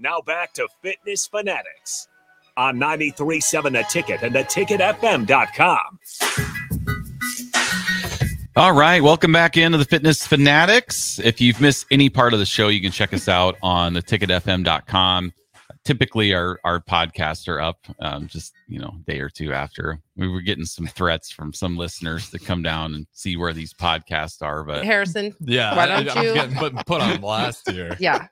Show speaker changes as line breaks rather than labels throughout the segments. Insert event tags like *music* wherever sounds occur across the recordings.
Now back to Fitness Fanatics on 937 The Ticket and theticketfm.com.
All right, welcome back into the Fitness Fanatics. If you've missed any part of the show, you can check us out on theticketfm.com. Typically, our our podcasts are up um, just you know a day or two after. We were getting some threats from some listeners to come down and see where these podcasts are, but
Harrison.
Yeah,
Why
I-
don't
I'm
you-
getting put, put on blast here.
*laughs*
*laughs* Yeah.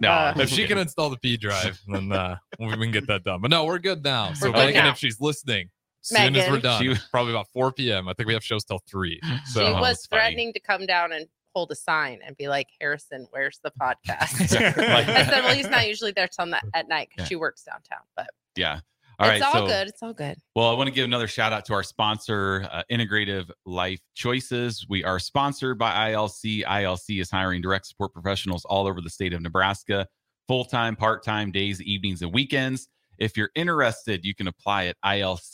no,
Uh,
we're
If she
good.
can install the P drive, then uh, we can get that done. But no, we're good now.
We're
So
good
Megan,
now.
if she's listening, soon as
Megan.
we're done,
She-
probably about 4 p.m. I think we have shows till
*laughs*
three.
she
So
Oh,
was
it's funny.
threatening to come down and hold a sign and be like, Harrison, where's
*laughs*
the podcast?
*laughs*
*laughs* I said, well, he's not usually there till ni- at night because
Yeah.
she works downtown, but
yeah. All right,
it's all
so
good. It's all good.
Well, I want to give another shout out to our sponsor, uh, Integrative Life Choices. We are sponsored by ILC. ILC is hiring direct support professionals all over the state of Nebraska, full time, part time, days, evenings, and weekends. If you're interested, you can apply at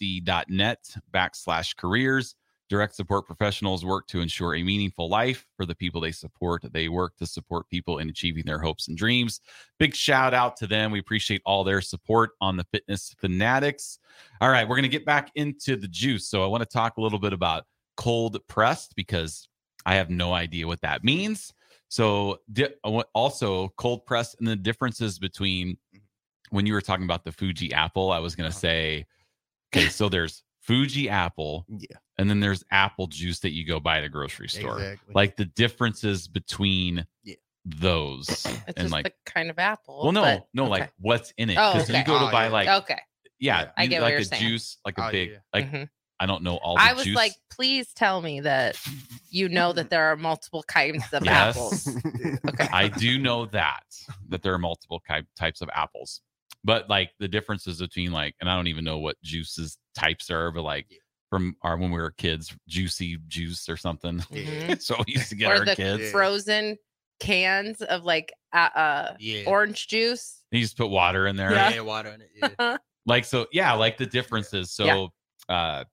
ilc.net backslash careers. Direct support professionals work to ensure a meaningful life for the people they support. They work to support people in achieving their hopes and dreams. Big shout out to them. We appreciate all their support on the Fitness Fanatics. All right, we're going to get back into the juice. So I want to talk a little bit about cold pressed because I have no idea what that means. So di- I want- also cold pressed and the differences between when you were talking about the Fuji apple, I was going
Uh-huh.
to say, okay, so there's Fuji apple,
Yeah.
and then there's apple juice that you go buy at a grocery store.
Exactly.
Like the differences between
Yeah.
those
It's
and
just
like.
the kind of apple.
well, no,
but-
no, like
okay.
what's in it?
Oh,
Because
okay.
you go to
Oh,
buy
yeah.
like,
okay.
yeah,
I
you-
get what
like
you're
a
saying.
juice, like a
Oh,
big,
yeah.
like
Mhm.
I don't know all the
I was
juice.
like, please tell me that you know that there are multiple kinds of
Yes.
apples.
*laughs*
I do know that that there are multiple ki- types of apples, but like the differences between like, and I don't even know what juices types are, but like from our when we were kids, juicy juice or something. *laughs*
Yeah.
so we used to get
Mm. Or
our
the
kids.
Mm-hmm. Frozen cans of like uh, uh,
yeah.
orange juice.
You just put water in there,
Yeah.
yeah, water in it. Yeah.
like so. Yeah, like the differences. So, uh,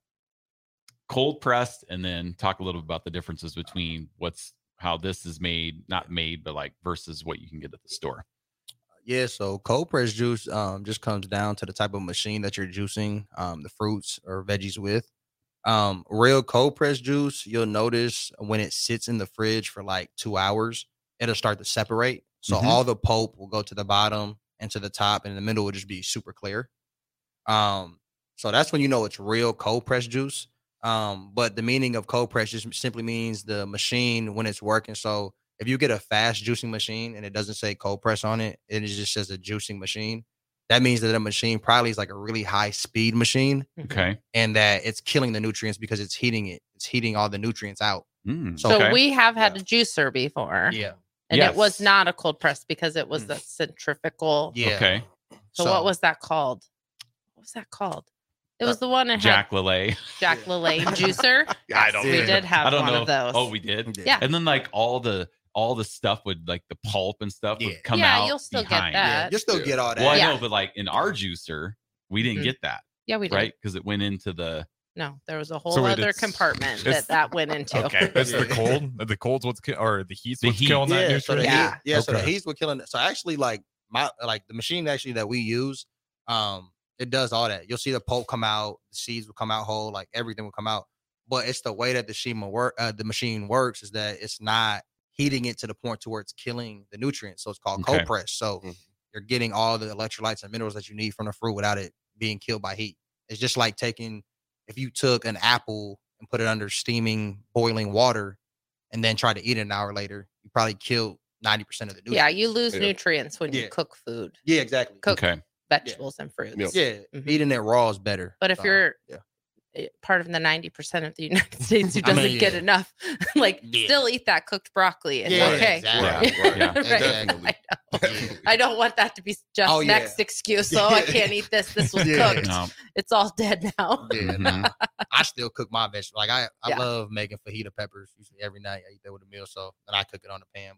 cold pressed, and then talk a little bit about the differences between what's how this is made, not made, but like versus what you can get at the store.
*laughs* Yeah, so cold press juice um just comes down to the type of machine that you're juicing um the fruits or veggies with. Um real cold press juice, you'll notice when it sits in the fridge for like 2 hours, it'll start to separate. So
Mhm.
all the pulp will go to the bottom and to the top and in the middle will just be super clear. Um so that's when you know it's real cold press juice. Um but the meaning of cold press just simply means the machine when it's working so if you get a fast juicing machine and it doesn't say cold press on it, and it just says a juicing machine, that means that the machine probably is like a really high speed machine
Mm-hmm.
Okay.
and that it's killing the nutrients because it's heating it. It's heating all the nutrients out.
Mm,
So
So
okay.
we have had
Yeah.
a juicer before.
Yeah.
And it
Yes.
was not a cold press because it was
Mm.
a centrifugal.
Yeah.
Okay.
So, what was that called? What was that called? It was the one that
Uh, Jack LaLay.
*laughs* had Jack
Yeah. *laughs*
LaLanne juicer.
I don't.
We
Yeah.
did have
I don't
one
know.
of those.
*laughs* Oh, we did.
Yeah.
And then like all the all the stuff would like the pulp and stuff
Yeah.
would come
yeah,
out.
you'll still
behind.
get that.
Yeah, you still get all that.
Well, I
Yeah.
know, but like in our juicer, we didn't
Mhm.
get that
yeah, we did.
right because it went into the.
No, there was a whole
wait,
other
it's-
compartment
it's-
that that went into.
*laughs*
*laughs* Okay.
it's the
Yeah.
cold, the cold's what's ki- or the heat's
The
what's
heat.
killing that
yeah, so
nutrient.
the
Yeah.
heat, yeah, so the
Okay.
heat's what killing it. So actually, like my like the machine actually that we use, um, it does all that. You'll see the pulp come out, the seeds will come out whole, like everything will come out. But it's the way that the machine will work. Uh, the machine works is that it's not heating it to the point to where it's killing the nutrients. So it's called
Okay.
cold press. So
Mm-hmm.
Mhm.
you're getting all the electrolytes and minerals that you need from the fruit without it being killed by heat. It's just like taking if you took an apple and put it under steaming boiling water and then try to eat it an hour later, you probably killed 90% of the
Yeah,
nutrients.
you lose
Yeah.
nutrients when you
Yeah.
cook food,
Yeah, yeah exactly.
Cook-
Okay.
vegetables, and fruits.
Yeah.
Yeah,
Mhm.
eating it raw is better.
But if
so,
you're
yeah.
eh, part of the 90% of
*laughs*
the United States who
I mean,
doesn't get
yeah.
enough, *laughs* like
Yeah.
still eat that cooked broccoli and
Yeah,
okay.
exactly.
Right,
*laughs*
right.
Yeah.
*laughs* Right. I know.
Exactly.
I don't want that to be Jeff's
Oh, yeah.
next excuse. So I can't eat this. This was
*laughs* Yeah.
cooked.
No.
It's all dead now.
*laughs* Yeah,
Mm-hmm.
*laughs*
nah, I still cook my vegetables. Like I, I
Yeah.
love making fajita peppers usually every night. I eat that with a meal, so and I cook it on the pan.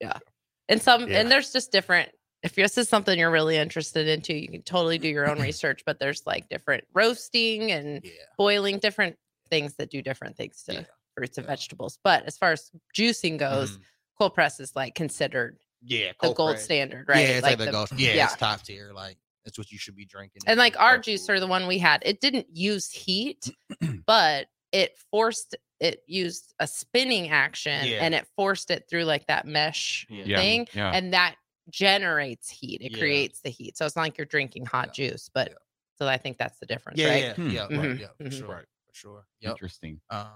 But
And some
Yeah.
and there's just different. If this is something you're really interested into, you can totally do your
*clears throat*
own research. But there's like different roasting and
yeah,
boiling, different things that do different things to
Yeah.
fruits and
Yeah.
vegetables. But as far as juicing goes,
Mhm.
cold press is like considered
yeah,
the
cold
gold
press.
standard, right?
Yeah, it's like, the, gold.
*laughs*
Yeah,
yeah.
it's top tier. Like that's what you should be drinking.
And like our juicer,
the
the one we had, it didn't use heat,
*clears throat*
but it forced it used a spinning action
Yeah.
and it forced it through like that mesh
Yeah.
thing.
Yeah.
And that generates heat. It
Yeah.
creates the heat. So it's not like you're drinking hot
Yeah.
juice, but
Yeah.
so I think that's the difference,
Yeah,
right?
yeah,
Hmm.
yeah, right,
Mhm,
yeah, for
mhm.
sure,
Right.
for sure. Yep.
Interesting.
Um,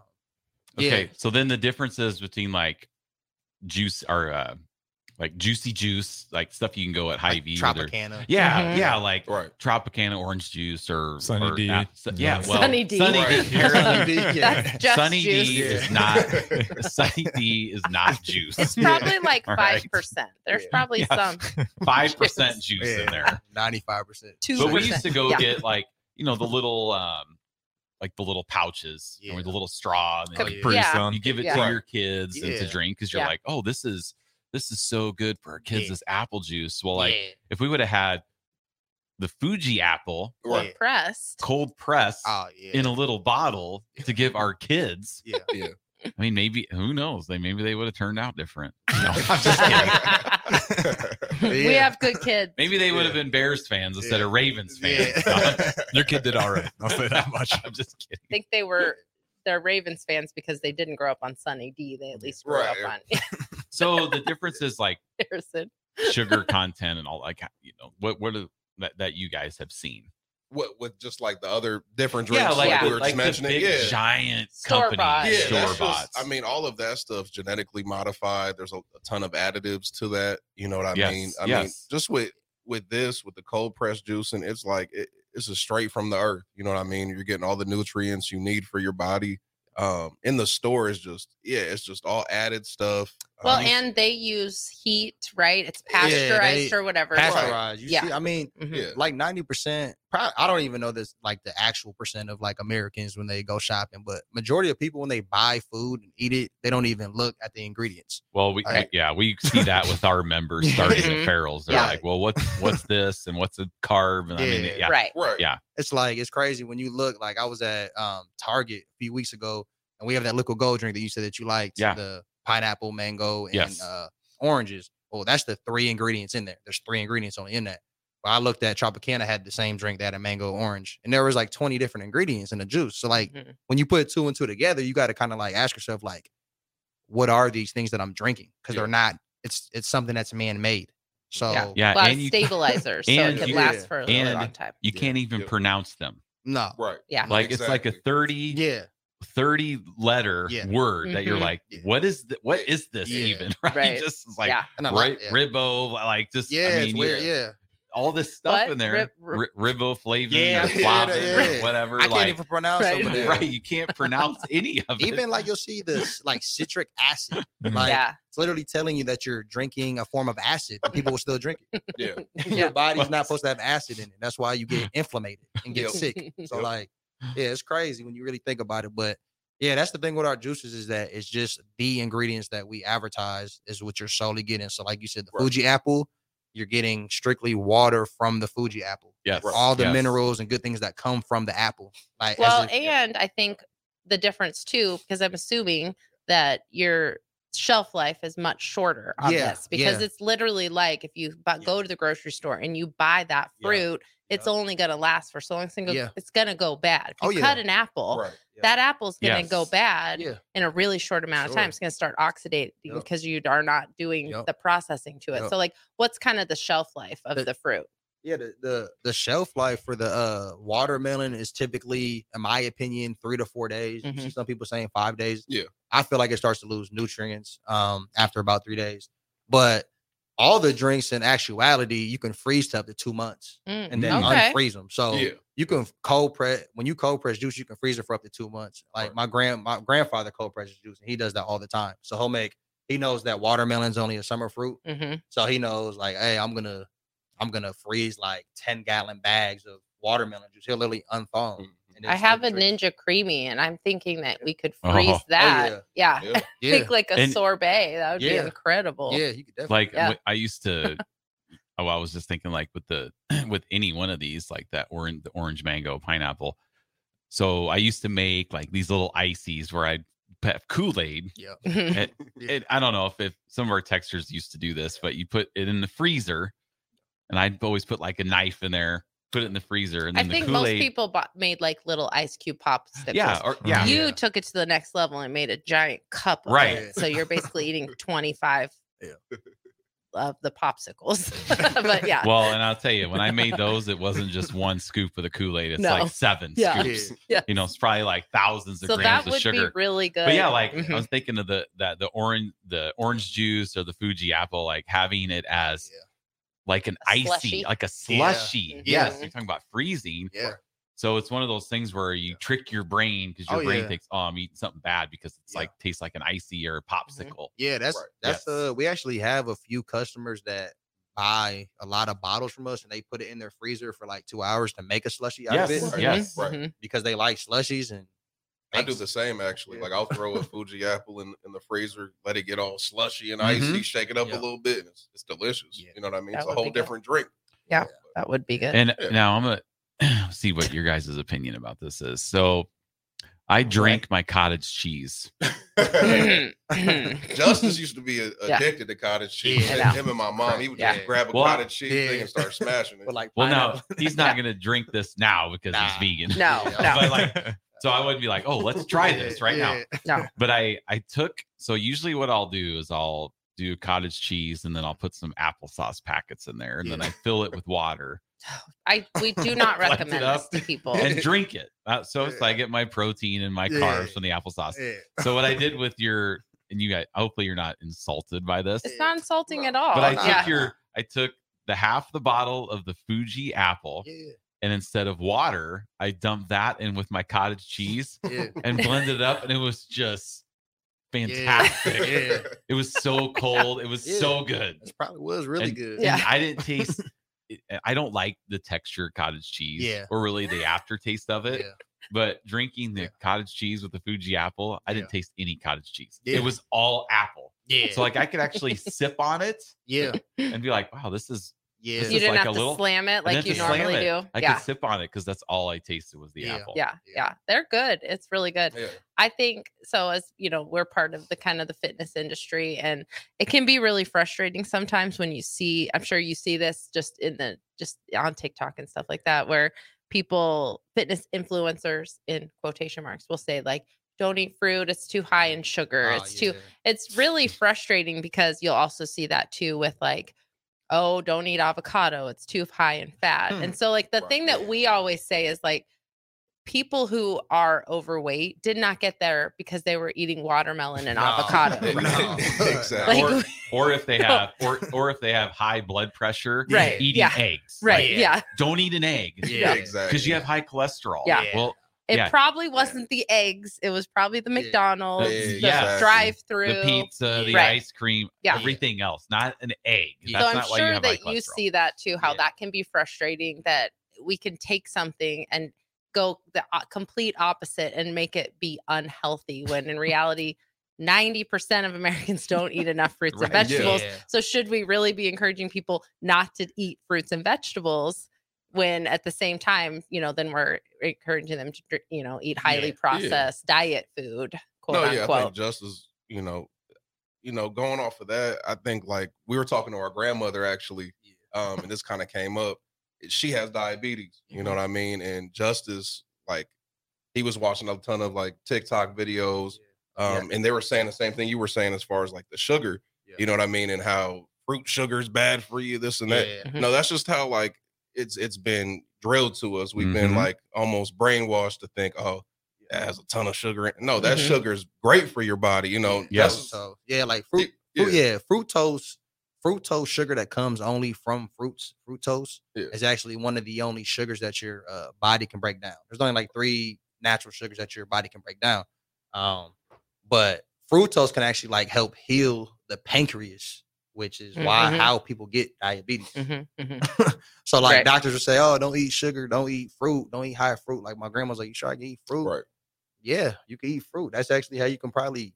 Okay.
yeah.
So then the differences between like juice or uh like juicy juice, like stuff you can go at high
like
V.
Tropicana.
Yeah,
Mhm.
yeah, like
Right.
Tropicana orange juice or
Sunny
or
D.
not- su- yeah,
Yeah.
well,
Sunny D.
Sunny
Right.
D.
*laughs*
Sunny D. *laughs*
D, yeah.
That's just
Sunny
juice.
D is
*laughs* Yeah.
not
*laughs*
Sunny D is not juice.
It's probably like
All
five
right.
percent. There's
Yeah.
probably
Yeah.
some
*laughs* five percent juice in there.
ninety-five percent.
two.
But we used to go
Yeah.
get like you know the little um like the little pouches or
Yeah.
the little straw. And,
Cup-
like,
Pretty
Yeah.
soon.
you
*laughs*
give it
Yeah.
to your kids and to
Yeah.
drink because you're
Yeah.
like, oh, this is this is so good for our kids.
Yeah.
This apple juice. Well, like if we would have had the Fuji apple
were pressed. *laughs*
cold pressed
Oh yeah.
in a little
*laughs*
bottle to give our kids.
yeah.
Yeah.
I mean, maybe who knows? They maybe they would have turned out different.
No, I'm
*laughs*
just
We have good kids.
Maybe they would have been Bears fans instead of Ravens *laughs* fans.
Yeah.
Your kid did all right. I'll say that much.
I'm
*laughs*
just kidding.
I think they were they're Ravens fans because they didn't grow up on Sunny D. They at least grew
Right,
up on *laughs*
So the difference is like
Harrison.
*laughs*
sugar content and all like you know what what are, that that you guys have seen.
What with just like the other different drinks
like
like,
the-
we were just
the
mentioning?
big
Yeah.
giant
Store-bought.
company
yeah,
store
that's
bots.
just, I mean, all of that stuff genetically modified. There's a, a ton of additives to that. You know what I
Yes,
mean? I mean,
yes.
just with with this, with the cold pressed juice, and it's like it, this is straight from the earth. You know what I mean? You're getting all the nutrients you need for your body. Um, in the store is just yeah, it's just all added stuff.
Well,
Um,
and they use heat, right? It's
Yeah, they-
pasteurized or whatever.
pasteurized. You
Yeah.
see, I mean,
Mm-hmm.
Mhm.
yeah,
like ninety percent. I don't even know this, like the actual percent of like Americans when they go shopping, but majority of people when they buy food and eat it, they don't even look at the ingredients.
well, we
I-
yeah, we see that with our
*laughs*
members starting
Mhm.
at Farrell's. They're
Yeah.
like, well, what's what's this and what's a carb? And I mean,
Yeah.
yeah,
Right.
right,
yeah.
It's like it's crazy when you look. Like I was at um Target a few weeks ago, and we have that liquid gold drink that you said that you liked.
Yeah.
The pineapple, mango, and
Yes.
uh, oranges. Well, that's the three ingredients in there. There's three ingredients only in that. But I looked at Tropicana had the same drink that had a mango orange, and there was like 20 different ingredients in the juice. So like
Mm-hmm.
Mhm.
when you put two and two together, you got to kind of like ask yourself like, what are these things that I'm drinking? Because they're not. It's it's something that's man made. So
Yeah,
A lot
Uh, and
of
you-
stabilizers, so
and
it could
you-
last for a really
and *laughs*
long time.
You
Yeah.
can't even
Yeah.
pronounce them.
no.
right.
Yeah.
Like it's like a
Exactly.
30
Yeah.
30 letter
Yeah.
word that you're
Mhm.
like,
Yeah.
what is th- what is this
Yeah.
even? *laughs* Right.
Right.
Just it's like
Yeah.
And I
ri-
like that.
ribbo, like just
Yeah,
I
it's
mean, you-
weird. Yeah.
all this stuff
What?
in there.
Rib-
ri- ribbo flavin
Yeah,
or
*laughs* yeah,
flavin
yeah.
or whatever.
I can't
like
even pronounce
Right.
*laughs*
some of that.
right, you can't pronounce any of it.
Even like you'll see this like citric acid.
Mhm.
Like
yeah.
it's literally telling you that you're drinking a form of acid, but people will still drink it.
Yeah.
*laughs* Your body's not supposed to have acid in it. That's why you get inflamed and get
Yep.
sick.
*laughs*
So
Yep.
like, yeah, it's crazy when you really think about it. But yeah, that's the thing with our juices is that it's just the ingredients that we advertise is what you're solely getting. So like you said, the
Right.
Fuji apple, you're getting strictly water from the Fuji apple.
yes,
All the
yes.
minerals and good things that come from the apple. Like as
Well,
if-
and I think the difference too, because I'm assuming that your shelf life is much shorter on
Yeah,
this because
yeah.
it's literally like if you bu- go to the grocery store and you buy that
Yeah,
fruit, it's
yeah.
only going to last for so long. It's going
Yeah.
to go bad. If you
Oh, yeah.
cut an apple,
Right.
that apple's going to go
Yes.
bad
yeah.
in a really short amount of
Sure.
time. It's going to start oxidating
Yep.
because you are not doing
Yep.
the processing to it.
Yep.
So, like, what's kind of the shelf life of
The-
the fruit?
Yeah, the, the the shelf life for the uh watermelon is typically, in my opinion, three to four days. You see Some people saying five days.
Mm-hmm. Yeah.
I feel like it starts to lose nutrients um after about three days. But all the drinks in actuality, you can freeze to up to two months
Mm,
and then
okay.
unfreeze them. So
Mm-hmm. Yeah.
you can cold press when you cold press juice, you can freeze it for up to two months. Like
Right.
my grand my grandfather cold presses juice and he does that all the time. So he'll make he knows that watermelon's only a summer fruit.
Mhm.
So he knows like, hey, I'm gonna I'm gonna freeze like 10 gallon bags of watermelon juice. He'll literally unthaw
Mm-hmm.
'em, and
I
it's
have a
like drink-
ninja creamy, and I'm thinking that we could
Oh.
freeze
Oh,
that. yeah.
Yeah.
Yeah,
Think like a
And-
sorbet. That would
Yeah.
be incredible. *laughs*
yeah, you could definitely
like
Yeah.
wh- I used
*laughs*
to. oh, I was just thinking like with the *clears throat* with any one of these, like that orange, the orange mango, pineapple. So I used to make like these little ices where I'd have Kool Aid. It, I don't know if, if some of our textures used to do this, but you put it in the freezer, and I'd always put like a knife in there, put it in the freezer, and
I
then
think
the
most
Kool Aid.
people bought, made like little ice cube popsicles.
Yeah, or yeah,
You
Yeah.
took it to the next level and made a giant cup. of
Right.
it, So you're basically
*laughs*
eating 25
Yeah.
of the
*laughs*
popsicles. *laughs* but yeah.
Well, and I'll tell you, when I
*laughs*
made those, it wasn't just one scoop of the Kool Aid. It's
No.
like seven
Yeah.
scoops.
yeah.
You know, it's probably like thousands of
So
grams
that
of
would
sugar.
be really good.
but yeah, like oh, I
Mhm.
was thinking of the that the orange the orange juice or the Fuji apple, like having it as
Yeah.
like an
A
icy,
slushy.
like a
Yeah. Mm-hmm.
slushy.
Mhm.
Yes,
Yeah.
you're talking about freezing.
Yeah.
So it's one of those things where you trick your brain because your
Oh,
brain
yeah.
thinks, "Oh, I'm eating something bad," because it's
Yeah.
like tastes like an icy or a popsicle.
Yeah, that's
Right.
that's
Yes.
uh we actually have a few customers that buy a lot of bottles from us and they put it in their freezer for like two hours to make a slushy out
Yes.
of it
Mhm,
Yes.
Right.
mhm.
because they like slushies and
I do
makes-
the same actually.
Yeah.
Like I'll throw a Fuji apple in, in the freezer, let it get all slushy and icy,
Mhm.
shake it up
Yeah.
a little bit. And it's, it's delicious.
Yeah.
You know what I mean?
That
it's a
would be
whole
good.
different drink. *laughs*
Yeah. That would be good.
And now I'm gonna *clears throat* see what your guys' opinion about this is. So I drank my cottage cheese.
Mm-hmm.
Justice used to be a,
Yeah.
addicted to cottage cheese.
Yeah.
Him-
I know.
Him and my mom, he would
Yeah.
just grab a
Well, I-
cottage cheese
Yeah.
thing and start smashing it.
but like
Well,
pineapple-
no, he's not gonna drink this now because
Nah.
he's vegan.
no,
*laughs*
Yeah.
no.
But like, so I wouldn't be like, oh, let's try this right now. *laughs*
Yeah.
But I I took so usually what I'll do is I'll do cottage cheese and then I'll put some applesauce packets in there and then
Yeah.
I fill it with water
I we
*laughs*
do not
Lights it
recommend this
up. *laughs*
to people.
*laughs*
and drink it. Uh, so it's
Yeah.
like I get my protein and my
Yeah.
carbs from the applesauce.
Yeah.
So what I
*laughs*
did with your and you guys, hopefully you're not insulted by this.
It's not insulting at all.
but I
Oh,
took
nah.
yeah.
your I took the half the bottle of the Fuji apple
Yeah.
and instead of water, I dumped that in with my
*laughs*
cottage cheese
Yeah.
and blended it up and it was just
Yeah.
fantastic.
Yeah.
It was so cold. It was
Yeah.
so good.
This probably was really
And-
*laughs*
good.
Yeah.
And I didn't taste it- I don't like the texture of cottage cheese
Yeah.
or really the aftertaste of it.
Yeah.
But drinking the
Yeah.
cottage cheese with the Fuji apple, I didn't
Yeah.
taste any cottage cheese.
Yeah.
It was all apple.
Yeah.
So like I could actually sip on
*laughs*
it
yeah.
and be like, wow, this is
Yeah.
This
you
is
didn't
like
have
a
to
little-
slam it
I didn't
like you
have to slam
normally
it.
do.
I
yeah.
could sip on it because that's all I tasted was the
Yeah.
apple.
yeah,
Yeah.
yeah. They're good. It's really good.
yeah.
I think so as you know, we're part of the kind of the fitness industry and it can be really frustrating sometimes when you see I'm sure you see this just in the just on TikTok and stuff like that where people fitness influencers in quotation marks will say like don't eat fruit, it's too high in sugar,
Oh,
it's too
yeah.
it's really frustrating because you'll also see that too with like oh don't eat avocado it's too high in fat and so like the
Right,
thing that
yeah.
we always say is like people who are overweight did not get there because they were eating watermelon and
No.
avocado
*laughs* No.
*laughs*
*laughs*
Exactly.
like
Or, or if they have or or if they have high blood pressure,
Right,
eating
yeah.
eggs.
*laughs* right
Yeah.
yeah.
Don't eat an egg
Yeah.
Exactly.
because you have high cholesterol.
Yeah.
Well,
it
Yeah.
probably wasn't the eggs it was probably the
Yeah.
mcdonald's
Yeah,
the
exactly.
drive through
the pizza, the
Right.
ice cream,
Yeah.
everything else, not an egg.
Yeah.
That's
so
not
I'm
why you
sure
have high
that
cholesterol.
you see that too, how
Yeah.
that can be frustrating that we can take something and go the o- complete opposite and make it be unhealthy when in reality, 90% of Americans don't
*laughs*
eat enough fruits and
Right,
vegetables.
Yeah.
So, should we really be encouraging people not to eat fruits and vegetables? When at the same time, you know, then we're encouraging them to, dr- you know, eat highly
Yeah.
processed diet food, quote
no, yeah, I think
unquote.
justice, you know, you know, going off of that, I think like we were talking to our grandmother actually, um, and this kind of came up. eh, She has diabetes, you know what I mean? And justice, like he was watching a ton of like TikTok videos, um, and they were saying the same thing you were saying as far as like the sugar,
Yeah.
you know what I mean, and how fruit sugar's bad for you, this and that.
Yeah.
Mhm.
No, that's just how like it's it's been drilled to us. We've been
Mm-hmm.
Mhm.
like almost brainwashed to think, oh, that has a ton of sugar. In. it." No, that
Mhm.
sugar is great for your body. You know,
Yeah.
that's-
So yeah, like fruit. Fruit, yeah. fructose, fructose sugar that comes only from fruits. Fructose
Yeah.
is actually one of the only sugars that your uh, body can break down. There's only like three natural sugars that your body can break down. Um, but fructose can actually like help heal the pancreas, which is why
Mhm.
how people get diabetes.
Mhm, mhm.
So like
Right.
doctors will say, "Oh, don't eat sugar, don't eat fruit, don't eat high fruit." Like my grandma's like, "You sure I can eat fruit?"
right.
yeah, you can eat fruit. That's actually how you can probably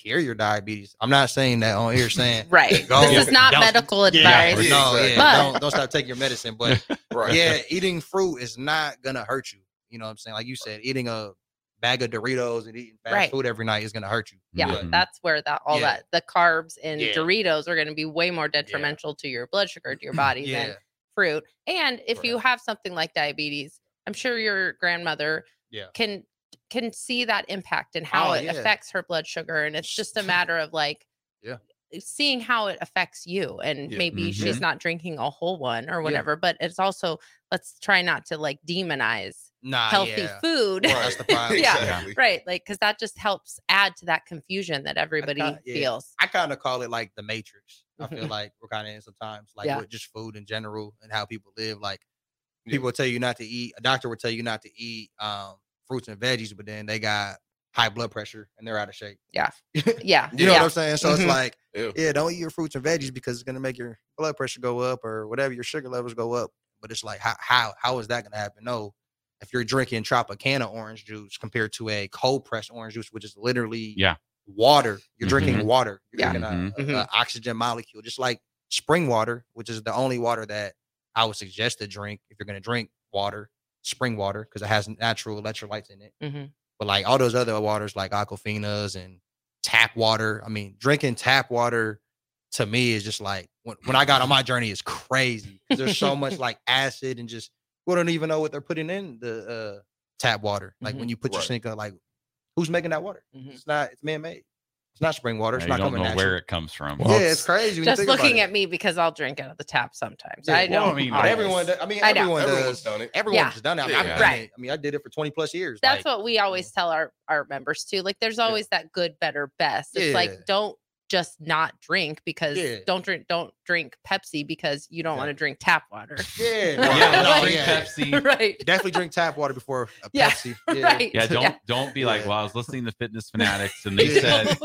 cure your diabetes. I'm not saying that on
*laughs*
here saying
Right.
Go-
This is not
Yeah.
medical advice.
no,
Yeah, exactly.
yeah,
But-
don't don't stop taking your medicine. But
*laughs*
Right.
yeah, eating fruit is not gonna hurt you. You know what I'm saying? Like you said, eating a bag of Doritos and eating fast
Right.
food every night is going to hurt you.
Yeah,
Mhm.
that's where that all
Yeah.
that the carbs in
Yeah.
Doritos are going to be way more detrimental to your blood sugar
*laughs*
to your body
yeah.
than fruit. And if you
Correct.
have something like diabetes, I'm sure your grandmother
Yeah.
can can see that impact and how
Oh,
it
yeah.
affects her blood sugar. And it's just a matter of like eh,
Yeah.
seeing how it affects you. And
Yeah.
maybe she's
Mm-hmm.
Mhm.
not drinking a whole one or whatever. But it's also let's try not to like demonize
Nah,
healthy
Ah, yeah.
food.
Right. That's the
*laughs*
problem.
*laughs* Yeah.
Exactly.
Right. Like, because that just helps add to that confusion that everybody
yeah.
feels.
*laughs* I kind of call it like the matrix. I feel
*laughs* Mhm.
like we're kind of in sometimes, like
Yeah.
with just food in general and how people live. Like
Yeah.
people will tell you not to eat. A doctor will tell you not to eat um, fruits and veggies, but then they got high blood pressure and they're out of shape.
Yeah.
you
Yeah.
know what
yeah. Mm-hmm.
I'm saying? So it's
Mhm.
like,
Ew.
yeah, don't eat your fruits and veggies because it's gonna make your blood pressure go up or whatever your sugar levels go up. But it's like, how how how is that gonna happen? No, if you're drinking Tropicana orange juice compared to a cold pressed orange juice, which is literally
Yeah.
water. You're
Mhm.
drinking water. You're
Yeah.
drinking a-
Mhm.
a,
Mhm.
oxygen molecule, just like spring water, which is the only water that I would suggest to drink if you're gonna drink water, spring water, because it has natural electrolytes in it.
Mhm.
But like all those other waters, like Aquafina's and tap water. I mean, drinking tap water to me is just like when, when I got
*laughs*
on my journey is crazy. 'cause There's so much like acid and just we don't even know what they're putting in the uh, tap water. Like
Mm-hmm.
when you put your
Right.
sink on, like who's making that water?
Mhm.
It's not. It's man made. It's not spring water. It's
I
not
don't
coming
know
natural.
where it comes from.
Well,
yeah, it's crazy. When you
Just
think about
looking
it.
at me because I'll drink out of the tap sometimes.
Yeah,
I
well, I
don't.
mean,
But
like-
always.
everyone. does- I mean,
I know.
everyone
Everyone's
does.
done it.
Everyone's done it. I mean, I've
Yeah.
done
Right.
it. I mean, I did it for 20 plus years.
That's
like,
what we always tell our our members too. Like, there's always that good, better, best. It's
Yeah.
like don't just not drink because
Yeah.
don't drink don't drink Pepsi because you don't want to drink tap water. *laughs*
Yeah.
Well,
yeah,
no,
drink
yeah. *laughs*
Pepsi.
right.
Definitely drink tap water before a
Yeah,
Pepsi.
*laughs*
Yeah.
Right.
Yeah, don't don't be like,
Yeah.
well, I was listening to Fitness Fanatics and they said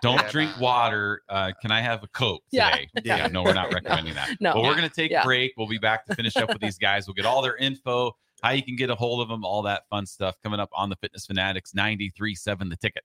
don't
Yeah,
drink
nah.
water. Uh, can I have a Coke
Yeah. *laughs*
today? Yeah.
Yeah.
no, we're not recommending that.
No.
But we're going to take a
Yeah.
break. We'll be back to finish up with these guys. We'll get all their info, how you can get a hold of them, all that fun stuff coming up on the Fitness Fanatics 93.7 The Ticket.